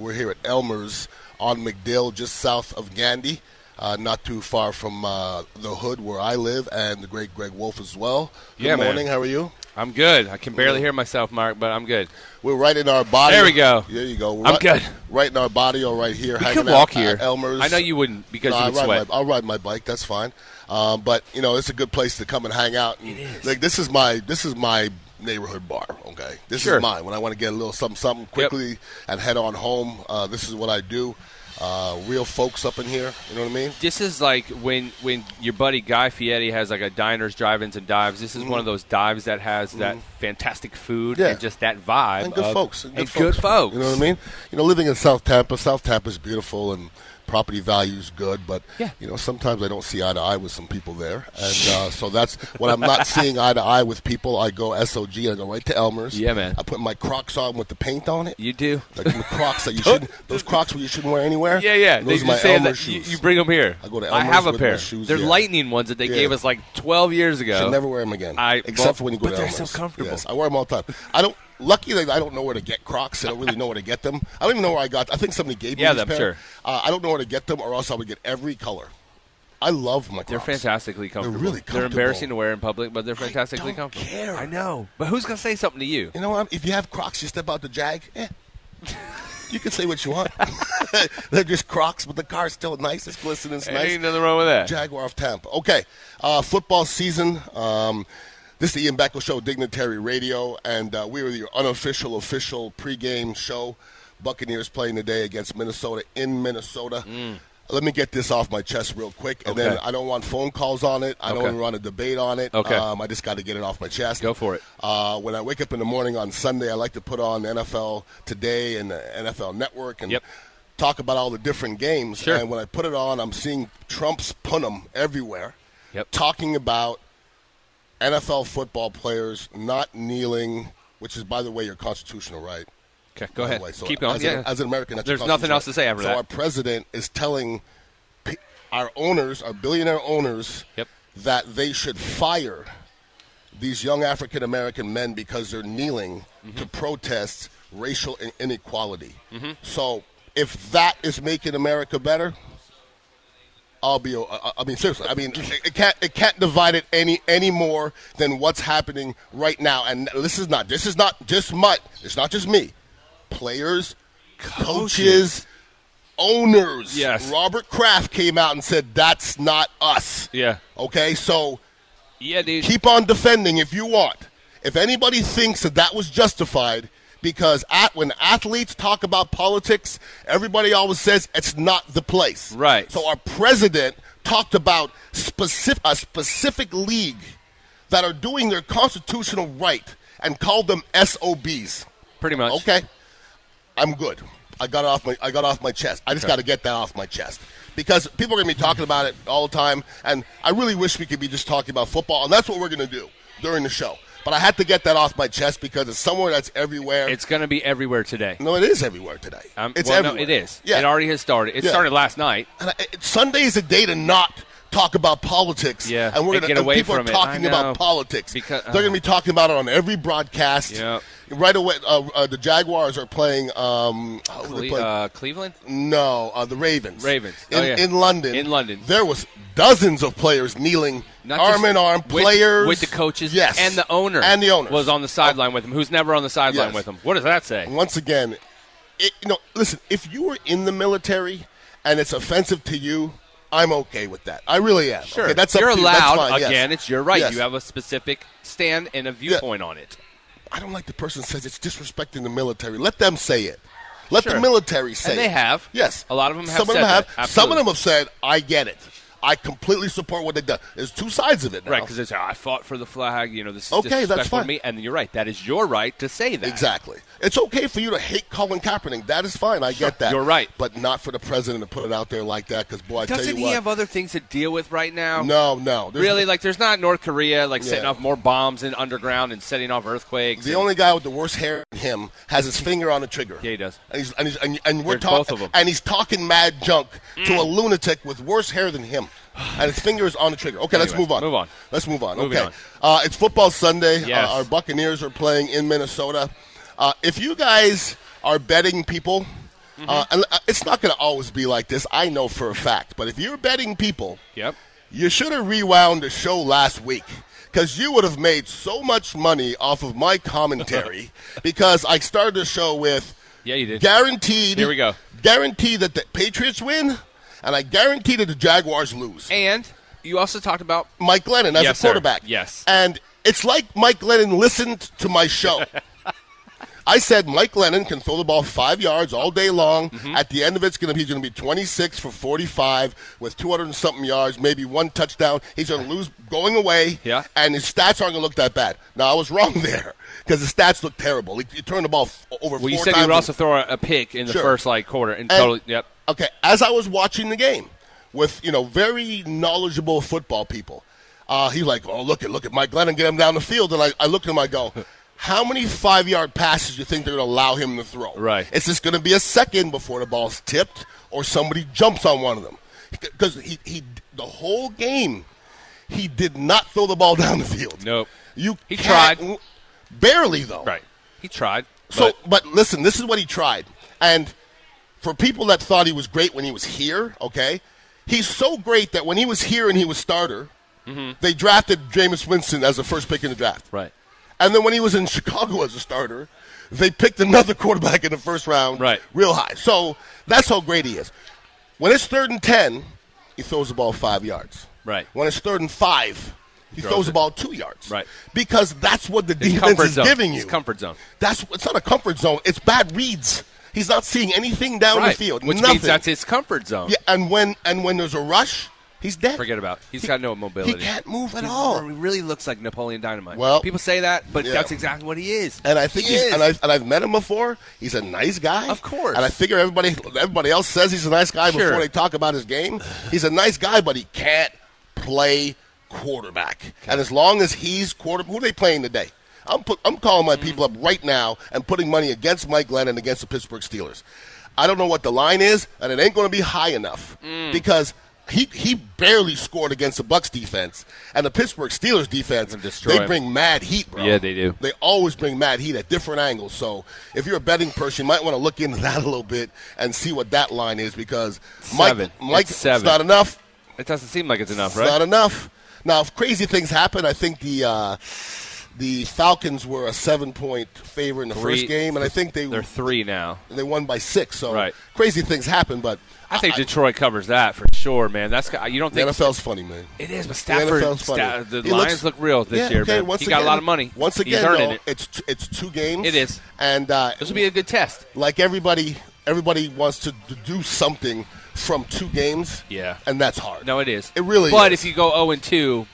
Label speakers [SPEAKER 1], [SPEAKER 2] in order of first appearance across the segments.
[SPEAKER 1] We're here at Elmer's on McDill, just south of Gandhi, uh, not too far from uh, the hood where I live, and the great Greg Wolf as well. Good
[SPEAKER 2] Yeah, man.
[SPEAKER 1] morning. How are you?
[SPEAKER 2] I'm good. I can barely hear myself, Mark, but I'm good.
[SPEAKER 1] We're right in our body.
[SPEAKER 2] There we go.
[SPEAKER 1] There you go. We're
[SPEAKER 2] I'm
[SPEAKER 1] right,
[SPEAKER 2] good.
[SPEAKER 1] Right in our body, all right here.
[SPEAKER 2] We
[SPEAKER 1] hanging
[SPEAKER 2] could walk
[SPEAKER 1] out
[SPEAKER 2] here.
[SPEAKER 1] At Elmer's.
[SPEAKER 2] I know you wouldn't because
[SPEAKER 1] No,
[SPEAKER 2] you
[SPEAKER 1] I
[SPEAKER 2] would
[SPEAKER 1] ride
[SPEAKER 2] sweat.
[SPEAKER 1] My, I'll ride my bike. That's fine. Um, but you know, it's a good place to come and hang out. And, Like this is my this is my neighborhood bar. Okay, this
[SPEAKER 2] Sure.
[SPEAKER 1] is mine. When I want to get a little something something quickly and head on home, uh, this is what I do. Uh, real folks up in here. You know what I mean?
[SPEAKER 2] This is like when when your buddy Guy Fieri has like a diners, drive-ins, and dives. This is one of those dives that has that fantastic food
[SPEAKER 1] Mm-hmm. Yeah.
[SPEAKER 2] and just that vibe.
[SPEAKER 1] And good
[SPEAKER 2] of-
[SPEAKER 1] folks. And good,
[SPEAKER 2] and good folks.
[SPEAKER 1] You know what I mean? You know, living in South Tampa, South Tampa is beautiful and property values good, but
[SPEAKER 2] Yeah.
[SPEAKER 1] you know, sometimes I don't see eye to eye with some people there, and uh, so that's when I'm not seeing eye to eye with people. I go SOG. I go right to Elmer's.
[SPEAKER 2] Yeah, man.
[SPEAKER 1] I put my Crocs on with the paint on it.
[SPEAKER 2] You do.
[SPEAKER 1] Like the Crocs that you shouldn't. Those Crocs where you shouldn't wear anywhere.
[SPEAKER 2] Yeah, yeah.
[SPEAKER 1] Those
[SPEAKER 2] they
[SPEAKER 1] are my
[SPEAKER 2] just say
[SPEAKER 1] Elmer
[SPEAKER 2] that you,
[SPEAKER 1] shoes.
[SPEAKER 2] you bring them here.
[SPEAKER 1] I go to
[SPEAKER 2] I
[SPEAKER 1] Elmer's
[SPEAKER 2] have a
[SPEAKER 1] with
[SPEAKER 2] pair.
[SPEAKER 1] my shoes,
[SPEAKER 2] They're
[SPEAKER 1] yeah.
[SPEAKER 2] lightning ones that they
[SPEAKER 1] Yeah.
[SPEAKER 2] gave us like 12 years ago.
[SPEAKER 1] Should never wear them again.
[SPEAKER 2] I- well,
[SPEAKER 1] except for when you go
[SPEAKER 2] but
[SPEAKER 1] to
[SPEAKER 2] they're
[SPEAKER 1] Elmer's.
[SPEAKER 2] so comfortable.
[SPEAKER 1] Yes, I wear them all the time. I don't. Lucky that I don't know where to get Crocs. I don't really know where to get them. I don't even know where I got. I think somebody gave me
[SPEAKER 2] Yeah,
[SPEAKER 1] these
[SPEAKER 2] I'm
[SPEAKER 1] pair.
[SPEAKER 2] sure.
[SPEAKER 1] Uh, I don't know where to get them, or else I would get every color. I love my Crocs.
[SPEAKER 2] They're fantastically comfortable.
[SPEAKER 1] really
[SPEAKER 2] They're
[SPEAKER 1] comfortable.
[SPEAKER 2] embarrassing to wear in public, but they're fantastically
[SPEAKER 1] don't
[SPEAKER 2] comfortable.
[SPEAKER 1] care.
[SPEAKER 2] I know. But who's going to say something to you?
[SPEAKER 1] You know what? If you have Crocs, you step out the Jag. Eh. You can say what you want. They're just Crocs, but the car's still nice. It's glistening. It's nice.
[SPEAKER 2] Ain't nothing wrong with that.
[SPEAKER 1] Jaguar of Tampa. Okay, uh, football season. Um, this is the Ian Beckle Show, Dignitary Radio, and uh, we are your unofficial, official pregame show. Buccaneers playing today against Minnesota in Minnesota. Let me get this off my chest real quick, and then
[SPEAKER 2] Mm. Okay.
[SPEAKER 1] I don't want phone calls on it. I
[SPEAKER 2] Okay.
[SPEAKER 1] don't want a debate on it.
[SPEAKER 2] Okay.
[SPEAKER 1] Um, I just got to get it off my chest.
[SPEAKER 2] Go for it.
[SPEAKER 1] Uh, when I wake up in the morning on Sunday, I like to put on NFL Today and the NFL Network and
[SPEAKER 2] Yep.
[SPEAKER 1] talk about all the different games.
[SPEAKER 2] Sure.
[SPEAKER 1] And when I put it on, I'm seeing Trump's punum everywhere,
[SPEAKER 2] Yep.
[SPEAKER 1] talking about NFL football players not kneeling, which is, by the way, your constitutional right.
[SPEAKER 2] Okay, go
[SPEAKER 1] by the
[SPEAKER 2] ahead.
[SPEAKER 1] way. Oh, So
[SPEAKER 2] Keep going.
[SPEAKER 1] As,
[SPEAKER 2] yeah.
[SPEAKER 1] an, as an American, that's your
[SPEAKER 2] There's nothing
[SPEAKER 1] constitutional
[SPEAKER 2] else to say after
[SPEAKER 1] so
[SPEAKER 2] that.
[SPEAKER 1] our president is telling pe- our owners, our billionaire owners,
[SPEAKER 2] Yep.
[SPEAKER 1] that they should fire these young African American men because they're kneeling
[SPEAKER 2] Mm-hmm.
[SPEAKER 1] to protest racial in- inequality. So if that is making America better, I'll be. o- I I mean, seriously. I mean, it it can't. It can't divide it any any more than what's happening right now. And this is not. This is not just my. It's not just me. Players, coaches, owners.
[SPEAKER 2] Yes.
[SPEAKER 1] Robert Kraft came out and said that's not us.
[SPEAKER 2] Yeah.
[SPEAKER 1] Okay. So
[SPEAKER 2] yeah, dude.
[SPEAKER 1] keep on defending if you want. If anybody thinks that that was justified, because at, when athletes talk about politics, everybody always says it's not the place.
[SPEAKER 2] Right.
[SPEAKER 1] So our president talked about specific, a specific league that are doing their constitutional right and called them SOBs.
[SPEAKER 2] pretty much.
[SPEAKER 1] Okay, I'm good. I got it off my I got it off my chest. I just got to get that off my chest because people are going to be talking about it all the time, and I really wish we could be just talking about football, and that's what we're going to do during the show. But I had to get that off my chest because it's somewhere that's everywhere.
[SPEAKER 2] It's going to be everywhere today.
[SPEAKER 1] no, it is everywhere today.
[SPEAKER 2] Um,
[SPEAKER 1] it's
[SPEAKER 2] well, no,
[SPEAKER 1] everywhere.
[SPEAKER 2] it is.
[SPEAKER 1] Yeah.
[SPEAKER 2] It already has started. It
[SPEAKER 1] Yeah.
[SPEAKER 2] started last night.
[SPEAKER 1] And I, it, Sunday is a day to not talk about politics.
[SPEAKER 2] Yeah,
[SPEAKER 1] and we're
[SPEAKER 2] and
[SPEAKER 1] gonna
[SPEAKER 2] get
[SPEAKER 1] and
[SPEAKER 2] away
[SPEAKER 1] people
[SPEAKER 2] from
[SPEAKER 1] are
[SPEAKER 2] it.
[SPEAKER 1] talking
[SPEAKER 2] I know.
[SPEAKER 1] about politics.
[SPEAKER 2] Because- uh-huh.
[SPEAKER 1] They're gonna be talking about it on every broadcast.
[SPEAKER 2] Yep.
[SPEAKER 1] Right away, uh, uh, the Jaguars are playing. Um, who they
[SPEAKER 2] Cle-
[SPEAKER 1] play?
[SPEAKER 2] uh, Cleveland?
[SPEAKER 1] No, uh, the Ravens.
[SPEAKER 2] Ravens.
[SPEAKER 1] In,
[SPEAKER 2] Oh, yeah.
[SPEAKER 1] in London.
[SPEAKER 2] In London.
[SPEAKER 1] There was dozens of players kneeling,
[SPEAKER 2] Not
[SPEAKER 1] arm
[SPEAKER 2] just
[SPEAKER 1] in arm,
[SPEAKER 2] with-
[SPEAKER 1] players
[SPEAKER 2] With the coaches
[SPEAKER 1] Yes.
[SPEAKER 2] and the owner.
[SPEAKER 1] And the owner
[SPEAKER 2] Was on the sideline with him. Who's never on the sideline
[SPEAKER 1] Yes.
[SPEAKER 2] with him. What does that say?
[SPEAKER 1] once again, it, you know, listen, if you were in the military and it's offensive to you, I'm okay with that. I really am.
[SPEAKER 2] Sure.
[SPEAKER 1] Okay, that's up
[SPEAKER 2] You're
[SPEAKER 1] to you. That's
[SPEAKER 2] allowed.
[SPEAKER 1] fine, yes.
[SPEAKER 2] Again, it's your right.
[SPEAKER 1] Yes.
[SPEAKER 2] You have a specific stand and a viewpoint on it.
[SPEAKER 1] I don't like the person says it's disrespecting the military. Let them say it. Let the
[SPEAKER 2] Sure.
[SPEAKER 1] military say
[SPEAKER 2] And they
[SPEAKER 1] it.
[SPEAKER 2] have.
[SPEAKER 1] Yes.
[SPEAKER 2] A lot of them have
[SPEAKER 1] Some of
[SPEAKER 2] said
[SPEAKER 1] them have.
[SPEAKER 2] that.
[SPEAKER 1] Some
[SPEAKER 2] Absolutely.
[SPEAKER 1] of them have said, I get it. I completely support what they've done. There's two sides of it now.
[SPEAKER 2] Right, because it's "Oh, I fought for the flag. You know, this is
[SPEAKER 1] Okay, that's
[SPEAKER 2] disrespectful to
[SPEAKER 1] fine.
[SPEAKER 2] me. And you're right. That is your right to say that.
[SPEAKER 1] Exactly. It's okay for you to hate Colin Kaepernick. That is fine. I get that.
[SPEAKER 2] You're right.
[SPEAKER 1] But not for the president to put it out there like that. Because boy, I tell
[SPEAKER 2] Doesn't
[SPEAKER 1] you
[SPEAKER 2] he
[SPEAKER 1] what.
[SPEAKER 2] have other things to deal with right now?
[SPEAKER 1] no, no. There's-
[SPEAKER 2] Really, like there's not North Korea like setting
[SPEAKER 1] Yeah.
[SPEAKER 2] off more bombs in underground and setting off earthquakes.
[SPEAKER 1] The
[SPEAKER 2] and-
[SPEAKER 1] only guy with the worst hair than him has his finger on the trigger.
[SPEAKER 2] Yeah, he does.
[SPEAKER 1] And he's, and, he's, and, and we're
[SPEAKER 2] There's both of 'em.
[SPEAKER 1] talking,
[SPEAKER 2] Mm.
[SPEAKER 1] and he's talking mad junk to a lunatic with worse hair than him, and his finger is on the trigger. Okay, let's
[SPEAKER 2] Anyways,
[SPEAKER 1] move on.
[SPEAKER 2] move on.
[SPEAKER 1] Let's move on.
[SPEAKER 2] Moving
[SPEAKER 1] okay,
[SPEAKER 2] on.
[SPEAKER 1] Uh, it's football Sunday.
[SPEAKER 2] Yes.
[SPEAKER 1] Uh, our Buccaneers are playing in Minnesota. Uh, if you guys are betting people
[SPEAKER 2] Mm-hmm.
[SPEAKER 1] Uh, and, uh, it's not going to always be like this. I know for a fact. But if you're betting people,
[SPEAKER 2] Yep.
[SPEAKER 1] you should have rewound the show last week because you would have made so much money off of my commentary because I started the show with
[SPEAKER 2] Yeah, you did.
[SPEAKER 1] guaranteed.
[SPEAKER 2] Here we go.
[SPEAKER 1] Guaranteed that the Patriots win, and I guarantee that the Jaguars lose.
[SPEAKER 2] And you also talked about
[SPEAKER 1] Mike Glennon as
[SPEAKER 2] Yes,
[SPEAKER 1] a
[SPEAKER 2] sir.
[SPEAKER 1] quarterback.
[SPEAKER 2] Yes.
[SPEAKER 1] And it's like Mike Glennon listened to my show. I said Mike Lennon can throw the ball five yards all day long.
[SPEAKER 2] Mm-hmm.
[SPEAKER 1] At the end of it, it's going to be going to be 26 for 45 with 200 and something yards, maybe one touchdown. He's going to lose going away,
[SPEAKER 2] Yeah.
[SPEAKER 1] and his stats aren't going to look that bad. Now I was wrong there because the stats look terrible. He, he turned the ball f- over.
[SPEAKER 2] well, you
[SPEAKER 1] four
[SPEAKER 2] said
[SPEAKER 1] times
[SPEAKER 2] you would
[SPEAKER 1] in-
[SPEAKER 2] also throw a, a pick in the
[SPEAKER 1] Sure.
[SPEAKER 2] first like quarter
[SPEAKER 1] and-
[SPEAKER 2] and, totally. Yep.
[SPEAKER 1] Okay, as I was watching the game with you know very knowledgeable football people, uh, he's like, "Oh, look at look at Mike Glennon get him down the field," and I, I look at him, I go. How many five yard passes do you think they're going to allow him to throw?
[SPEAKER 2] Right.
[SPEAKER 1] It's just going to be a second before the ball's tipped or somebody jumps on one of them. Because he, he, the whole game, he did not throw the ball down the field.
[SPEAKER 2] Nope.
[SPEAKER 1] You
[SPEAKER 2] He
[SPEAKER 1] can't-
[SPEAKER 2] tried.
[SPEAKER 1] Barely, though.
[SPEAKER 2] Right. He tried.
[SPEAKER 1] So,
[SPEAKER 2] but-
[SPEAKER 1] but listen, this is what he tried. And for people that thought he was great when he was here, okay, he's so great that when he was here and he was starter, they drafted Jameis Winston as the first pick in the draft.
[SPEAKER 2] Mm-hmm. right.
[SPEAKER 1] And then when he was in Chicago as a starter, they picked another quarterback in the first round,
[SPEAKER 2] Right.
[SPEAKER 1] real high. So that's how great he is. When it's third and 10, he throws the ball five yards.
[SPEAKER 2] Right.
[SPEAKER 1] When it's third and five, he
[SPEAKER 2] Throws
[SPEAKER 1] throws the
[SPEAKER 2] it.
[SPEAKER 1] ball two yards.
[SPEAKER 2] Right.
[SPEAKER 1] Because that's what the defense
[SPEAKER 2] comfort
[SPEAKER 1] is
[SPEAKER 2] zone.
[SPEAKER 1] giving you.
[SPEAKER 2] It's comfort zone.
[SPEAKER 1] That's it's not a comfort zone. It's bad reads. He's not seeing anything down
[SPEAKER 2] Right.
[SPEAKER 1] the field.
[SPEAKER 2] Which
[SPEAKER 1] Nothing.
[SPEAKER 2] means that's his comfort zone.
[SPEAKER 1] yeah, and when and when there's a rush, he's dead.
[SPEAKER 2] Forget about. It. He's
[SPEAKER 1] He-
[SPEAKER 2] got no
[SPEAKER 1] He
[SPEAKER 2] mobility.
[SPEAKER 1] can't move at
[SPEAKER 2] He's-
[SPEAKER 1] all.
[SPEAKER 2] He really looks like Napoleon Dynamite.
[SPEAKER 1] Well-
[SPEAKER 2] people say that, but
[SPEAKER 1] Yeah.
[SPEAKER 2] that's exactly what he is.
[SPEAKER 1] And I think
[SPEAKER 2] He
[SPEAKER 1] he's
[SPEAKER 2] is.
[SPEAKER 1] and I've, and I've met him before. He's a nice guy,
[SPEAKER 2] Of course.
[SPEAKER 1] And I figure everybody everybody else says he's a nice guy
[SPEAKER 2] Sure.
[SPEAKER 1] before they talk about his game. He's a nice guy, but he can't play quarterback. And as long as he's quarter, who are they playing today? I'm put, I'm calling my people up right now and putting money against Mike Glennon against the Pittsburgh Steelers. I don't know what the line is, and it ain't going to be high enough
[SPEAKER 2] Mm.
[SPEAKER 1] because. He, he barely scored against the Bucks defense and the Pittsburgh Steelers defense.
[SPEAKER 2] Gonna destroy
[SPEAKER 1] They
[SPEAKER 2] him.
[SPEAKER 1] bring mad heat, bro.
[SPEAKER 2] Yeah, they do.
[SPEAKER 1] They always bring mad heat at different angles. So if you're a betting person, you might want to look into that a little bit and see what that line is because
[SPEAKER 2] Seven.
[SPEAKER 1] Mike, Mike,
[SPEAKER 2] It's seven.
[SPEAKER 1] it's not enough.
[SPEAKER 2] it doesn't seem like it's enough,
[SPEAKER 1] It's not
[SPEAKER 2] right?
[SPEAKER 1] enough. Now, if crazy things happen, I think the uh, the Falcons were a seven point favor in the
[SPEAKER 2] Three-
[SPEAKER 1] first game, and I think they
[SPEAKER 2] They're three now.
[SPEAKER 1] they won by six. So
[SPEAKER 2] Right.
[SPEAKER 1] crazy things happen, but
[SPEAKER 2] I think Detroit covers that for sure, man. That's you don't
[SPEAKER 1] the
[SPEAKER 2] think
[SPEAKER 1] NFL's funny, man.
[SPEAKER 2] it is, but
[SPEAKER 1] The
[SPEAKER 2] Stafford,
[SPEAKER 1] NFL's funny.
[SPEAKER 2] Sta- the
[SPEAKER 1] He
[SPEAKER 2] Lions look real this
[SPEAKER 1] Yeah,
[SPEAKER 2] year,
[SPEAKER 1] okay,
[SPEAKER 2] man.
[SPEAKER 1] once
[SPEAKER 2] he got a
[SPEAKER 1] again-
[SPEAKER 2] lot of money.
[SPEAKER 1] Once again,
[SPEAKER 2] he's earning
[SPEAKER 1] though,
[SPEAKER 2] it.
[SPEAKER 1] it's t- it's two games.
[SPEAKER 2] It is.
[SPEAKER 1] and uh,
[SPEAKER 2] This will be a good test.
[SPEAKER 1] like everybody everybody wants to d- do something from two games.
[SPEAKER 2] Yeah.
[SPEAKER 1] And that's hard.
[SPEAKER 2] No, it is.
[SPEAKER 1] It really
[SPEAKER 2] But
[SPEAKER 1] is.
[SPEAKER 2] if you go zero and two,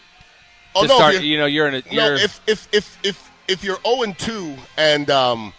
[SPEAKER 1] Oh,
[SPEAKER 2] to
[SPEAKER 1] no, if
[SPEAKER 2] start,
[SPEAKER 1] you're-
[SPEAKER 2] you know, you're in a
[SPEAKER 1] No,
[SPEAKER 2] you're
[SPEAKER 1] if if if if if you're 0 and 2 and um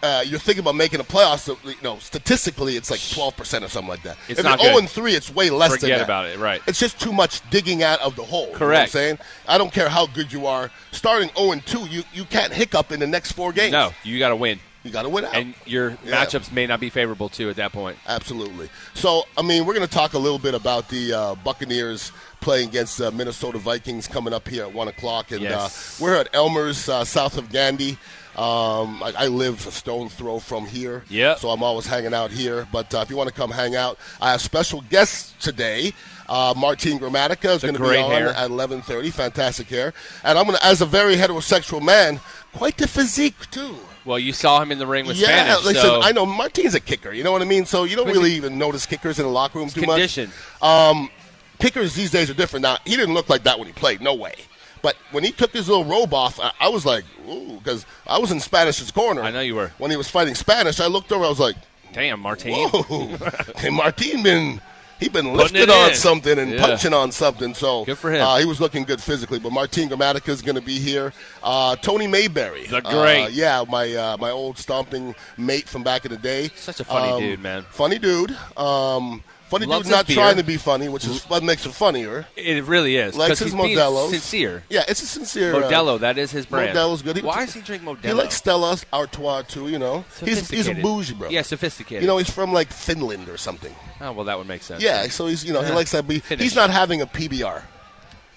[SPEAKER 1] uh, you're thinking about making a playoffs. So, you know, statistically, it's like 12 percent or something like that.
[SPEAKER 2] It's
[SPEAKER 1] if
[SPEAKER 2] not
[SPEAKER 1] you're
[SPEAKER 2] good.
[SPEAKER 1] 0 and 3, it's way less than
[SPEAKER 2] Forget
[SPEAKER 1] that.
[SPEAKER 2] about it, right.
[SPEAKER 1] It's just too much digging out of the hole. you know what
[SPEAKER 2] Correct.
[SPEAKER 1] I'm saying I don't care how good you are. Starting 0 and 2, you you can't hiccup in the next four games.
[SPEAKER 2] no, you got to win,
[SPEAKER 1] you got to win out.
[SPEAKER 2] and your
[SPEAKER 1] Yeah.
[SPEAKER 2] matchups may not be favorable too at that point.
[SPEAKER 1] Absolutely. So, I mean, we're going to talk a little bit about the uh, Buccaneers playing against uh, Minnesota Vikings coming up here at one o'clock, and
[SPEAKER 2] Yes.
[SPEAKER 1] uh, we're at Elmer's, uh, south of Gandhi. Um, I, I live a stone throw from here,
[SPEAKER 2] Yep.
[SPEAKER 1] So I'm always hanging out here. But uh, if you want to come hang out, I have special guests today. Uh, Martine Grammatica is going to be
[SPEAKER 2] great
[SPEAKER 1] on
[SPEAKER 2] hair.
[SPEAKER 1] at 11:30. Fantastic hair, and I'm going to, as a very heterosexual man, quite the physique too.
[SPEAKER 2] Well, you saw him in the ring with
[SPEAKER 1] Yeah,
[SPEAKER 2] Spanish,
[SPEAKER 1] listen,
[SPEAKER 2] so
[SPEAKER 1] I know Martin's a kicker. You know what I mean? So you don't
[SPEAKER 2] But
[SPEAKER 1] really even notice kickers in the locker room too
[SPEAKER 2] condition.
[SPEAKER 1] much. Um, kickers these days are different. Now he didn't look like that when he played. No way. But when he took his little robe off, I, I was like, ooh, because I was in Spanish's corner.
[SPEAKER 2] I know you were.
[SPEAKER 1] When he was fighting Spanish, I looked over. I was like,
[SPEAKER 2] damn, Martin.
[SPEAKER 1] whoa. Oh, hey, Martin been he been
[SPEAKER 2] it
[SPEAKER 1] lifting on
[SPEAKER 2] in.
[SPEAKER 1] something and
[SPEAKER 2] Yeah.
[SPEAKER 1] punching on something. So
[SPEAKER 2] Good for him.
[SPEAKER 1] Uh, he was looking good physically. But Martin Grammatica is going to be here. Uh, Tony Mayberry,
[SPEAKER 2] The
[SPEAKER 1] uh,
[SPEAKER 2] great.
[SPEAKER 1] yeah, my uh, my old stomping mate from back in the day.
[SPEAKER 2] Such a funny
[SPEAKER 1] Um,
[SPEAKER 2] dude, man.
[SPEAKER 1] Funny dude. Um, funny
[SPEAKER 2] Loves
[SPEAKER 1] dude, not
[SPEAKER 2] his beer.
[SPEAKER 1] trying to be funny, which is what makes it funnier.
[SPEAKER 2] It really is
[SPEAKER 1] Likes
[SPEAKER 2] because
[SPEAKER 1] his
[SPEAKER 2] he's
[SPEAKER 1] Modelo's.
[SPEAKER 2] being sincere.
[SPEAKER 1] Yeah, it's a sincere. uh,
[SPEAKER 2] Modelo, that is his brand.
[SPEAKER 1] Modelo's good. He-
[SPEAKER 2] Why does he drink Modelo?
[SPEAKER 1] He likes Stella's Artois too, you know. He's he's a
[SPEAKER 2] Sophisticated.
[SPEAKER 1] bougie bro.
[SPEAKER 2] Yeah, sophisticated.
[SPEAKER 1] You know, he's from like Finland or something.
[SPEAKER 2] oh well, that would make sense.
[SPEAKER 1] Yeah, so he's you know he
[SPEAKER 2] Yeah.
[SPEAKER 1] likes that. Be-
[SPEAKER 2] Finish.
[SPEAKER 1] he's not having a PBR.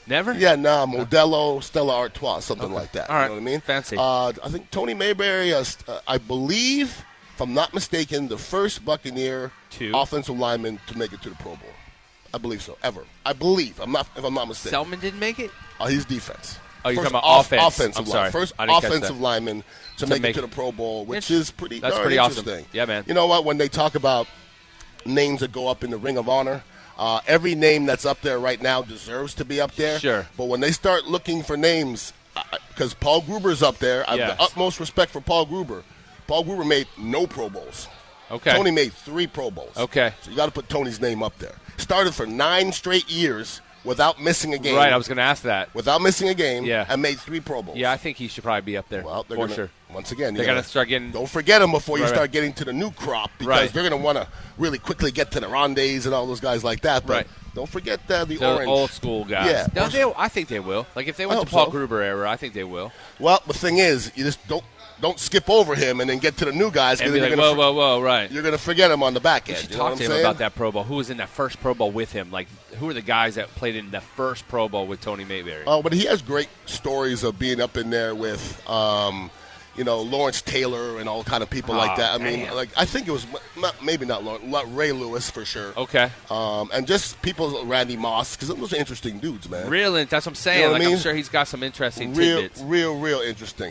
[SPEAKER 2] never.
[SPEAKER 1] Yeah, nah, Modelo, Stella Artois, something like that.
[SPEAKER 2] All right.
[SPEAKER 1] You know what I mean?
[SPEAKER 2] Fancy.
[SPEAKER 1] Uh, I think Tony Mayberry, uh, st- uh, I believe, if if I'm not mistaken, the first Buccaneer
[SPEAKER 2] Two.
[SPEAKER 1] offensive lineman to make it to the Pro Bowl. I believe so. Ever. I believe. I'm not. If I'm not mistaken.
[SPEAKER 2] Selman didn't make it.
[SPEAKER 1] Uh, he's defense.
[SPEAKER 2] Oh, you're
[SPEAKER 1] First
[SPEAKER 2] talking about
[SPEAKER 1] off-
[SPEAKER 2] offense.
[SPEAKER 1] Offensive
[SPEAKER 2] I'm
[SPEAKER 1] line.
[SPEAKER 2] sorry.
[SPEAKER 1] First
[SPEAKER 2] I didn't catch
[SPEAKER 1] offensive
[SPEAKER 2] that.
[SPEAKER 1] lineman to,
[SPEAKER 2] To
[SPEAKER 1] make,
[SPEAKER 2] make
[SPEAKER 1] it to the
[SPEAKER 2] it.
[SPEAKER 1] Pro Bowl, which
[SPEAKER 2] Yeah.
[SPEAKER 1] is pretty.
[SPEAKER 2] That's
[SPEAKER 1] darn
[SPEAKER 2] pretty awesome.
[SPEAKER 1] interesting.
[SPEAKER 2] Yeah, man.
[SPEAKER 1] You know what? When they talk about names that go up in the Ring of Honor, uh, every name that's up there right now deserves to be up there.
[SPEAKER 2] Sure.
[SPEAKER 1] But when they start looking for names, because Paul Gruber's up there, I have
[SPEAKER 2] Yes.
[SPEAKER 1] the utmost respect for Paul Gruber. Paul Gruber made no Pro Bowls.
[SPEAKER 2] Okay.
[SPEAKER 1] Tony made three Pro Bowls.
[SPEAKER 2] Okay.
[SPEAKER 1] So you got to put Tony's name up there. Started for nine straight years without missing a game
[SPEAKER 2] Right. I was going to ask that.
[SPEAKER 1] without missing a game
[SPEAKER 2] Yeah.
[SPEAKER 1] and made three Pro Bowls.
[SPEAKER 2] Yeah, I think he should probably be up there
[SPEAKER 1] Well,
[SPEAKER 2] for
[SPEAKER 1] they're gonna,
[SPEAKER 2] sure.
[SPEAKER 1] Once again, you
[SPEAKER 2] They're
[SPEAKER 1] gotta-
[SPEAKER 2] gonna start getting-
[SPEAKER 1] Don't forget them before you
[SPEAKER 2] Right, right.
[SPEAKER 1] start getting to the new crop because
[SPEAKER 2] Right.
[SPEAKER 1] they're going to want to really quickly get to the Rondes and all those guys like that. But
[SPEAKER 2] Right.
[SPEAKER 1] Don't forget the, the
[SPEAKER 2] They're
[SPEAKER 1] orange.
[SPEAKER 2] old school guys.
[SPEAKER 1] Yeah.
[SPEAKER 2] No, they, I think they will. Like if they went
[SPEAKER 1] hope
[SPEAKER 2] to Paul
[SPEAKER 1] so.
[SPEAKER 2] Gruber era, I think they will.
[SPEAKER 1] Well, the thing is, you just don't don't skip over him and then get to the new guys
[SPEAKER 2] And
[SPEAKER 1] because you're
[SPEAKER 2] be like,
[SPEAKER 1] gonna
[SPEAKER 2] whoa, whoa, whoa, right.
[SPEAKER 1] you're going to forget him on the back
[SPEAKER 2] We
[SPEAKER 1] end.
[SPEAKER 2] should
[SPEAKER 1] you know
[SPEAKER 2] talk
[SPEAKER 1] what
[SPEAKER 2] to
[SPEAKER 1] I'm
[SPEAKER 2] him
[SPEAKER 1] saying?
[SPEAKER 2] about that Pro Bowl. Who was in that first Pro Bowl with him? Like, who are the guys that played in the first Pro Bowl with Tony Mayberry?
[SPEAKER 1] Oh, but he has great stories of being up in there with, um, you know, Lawrence Taylor and all kind of people like
[SPEAKER 2] Ah,
[SPEAKER 1] that. I mean,
[SPEAKER 2] damn.
[SPEAKER 1] like I think it was m- not, maybe not Lawrence, not Ray Lewis for sure.
[SPEAKER 2] Okay.
[SPEAKER 1] Um, and just people, Randy Moss, because those are interesting dudes, man.
[SPEAKER 2] Real, in- that's what I'm saying.
[SPEAKER 1] You know what
[SPEAKER 2] like,
[SPEAKER 1] I mean?
[SPEAKER 2] am sure he's got some interesting
[SPEAKER 1] real,
[SPEAKER 2] tidbits.
[SPEAKER 1] real, real interesting.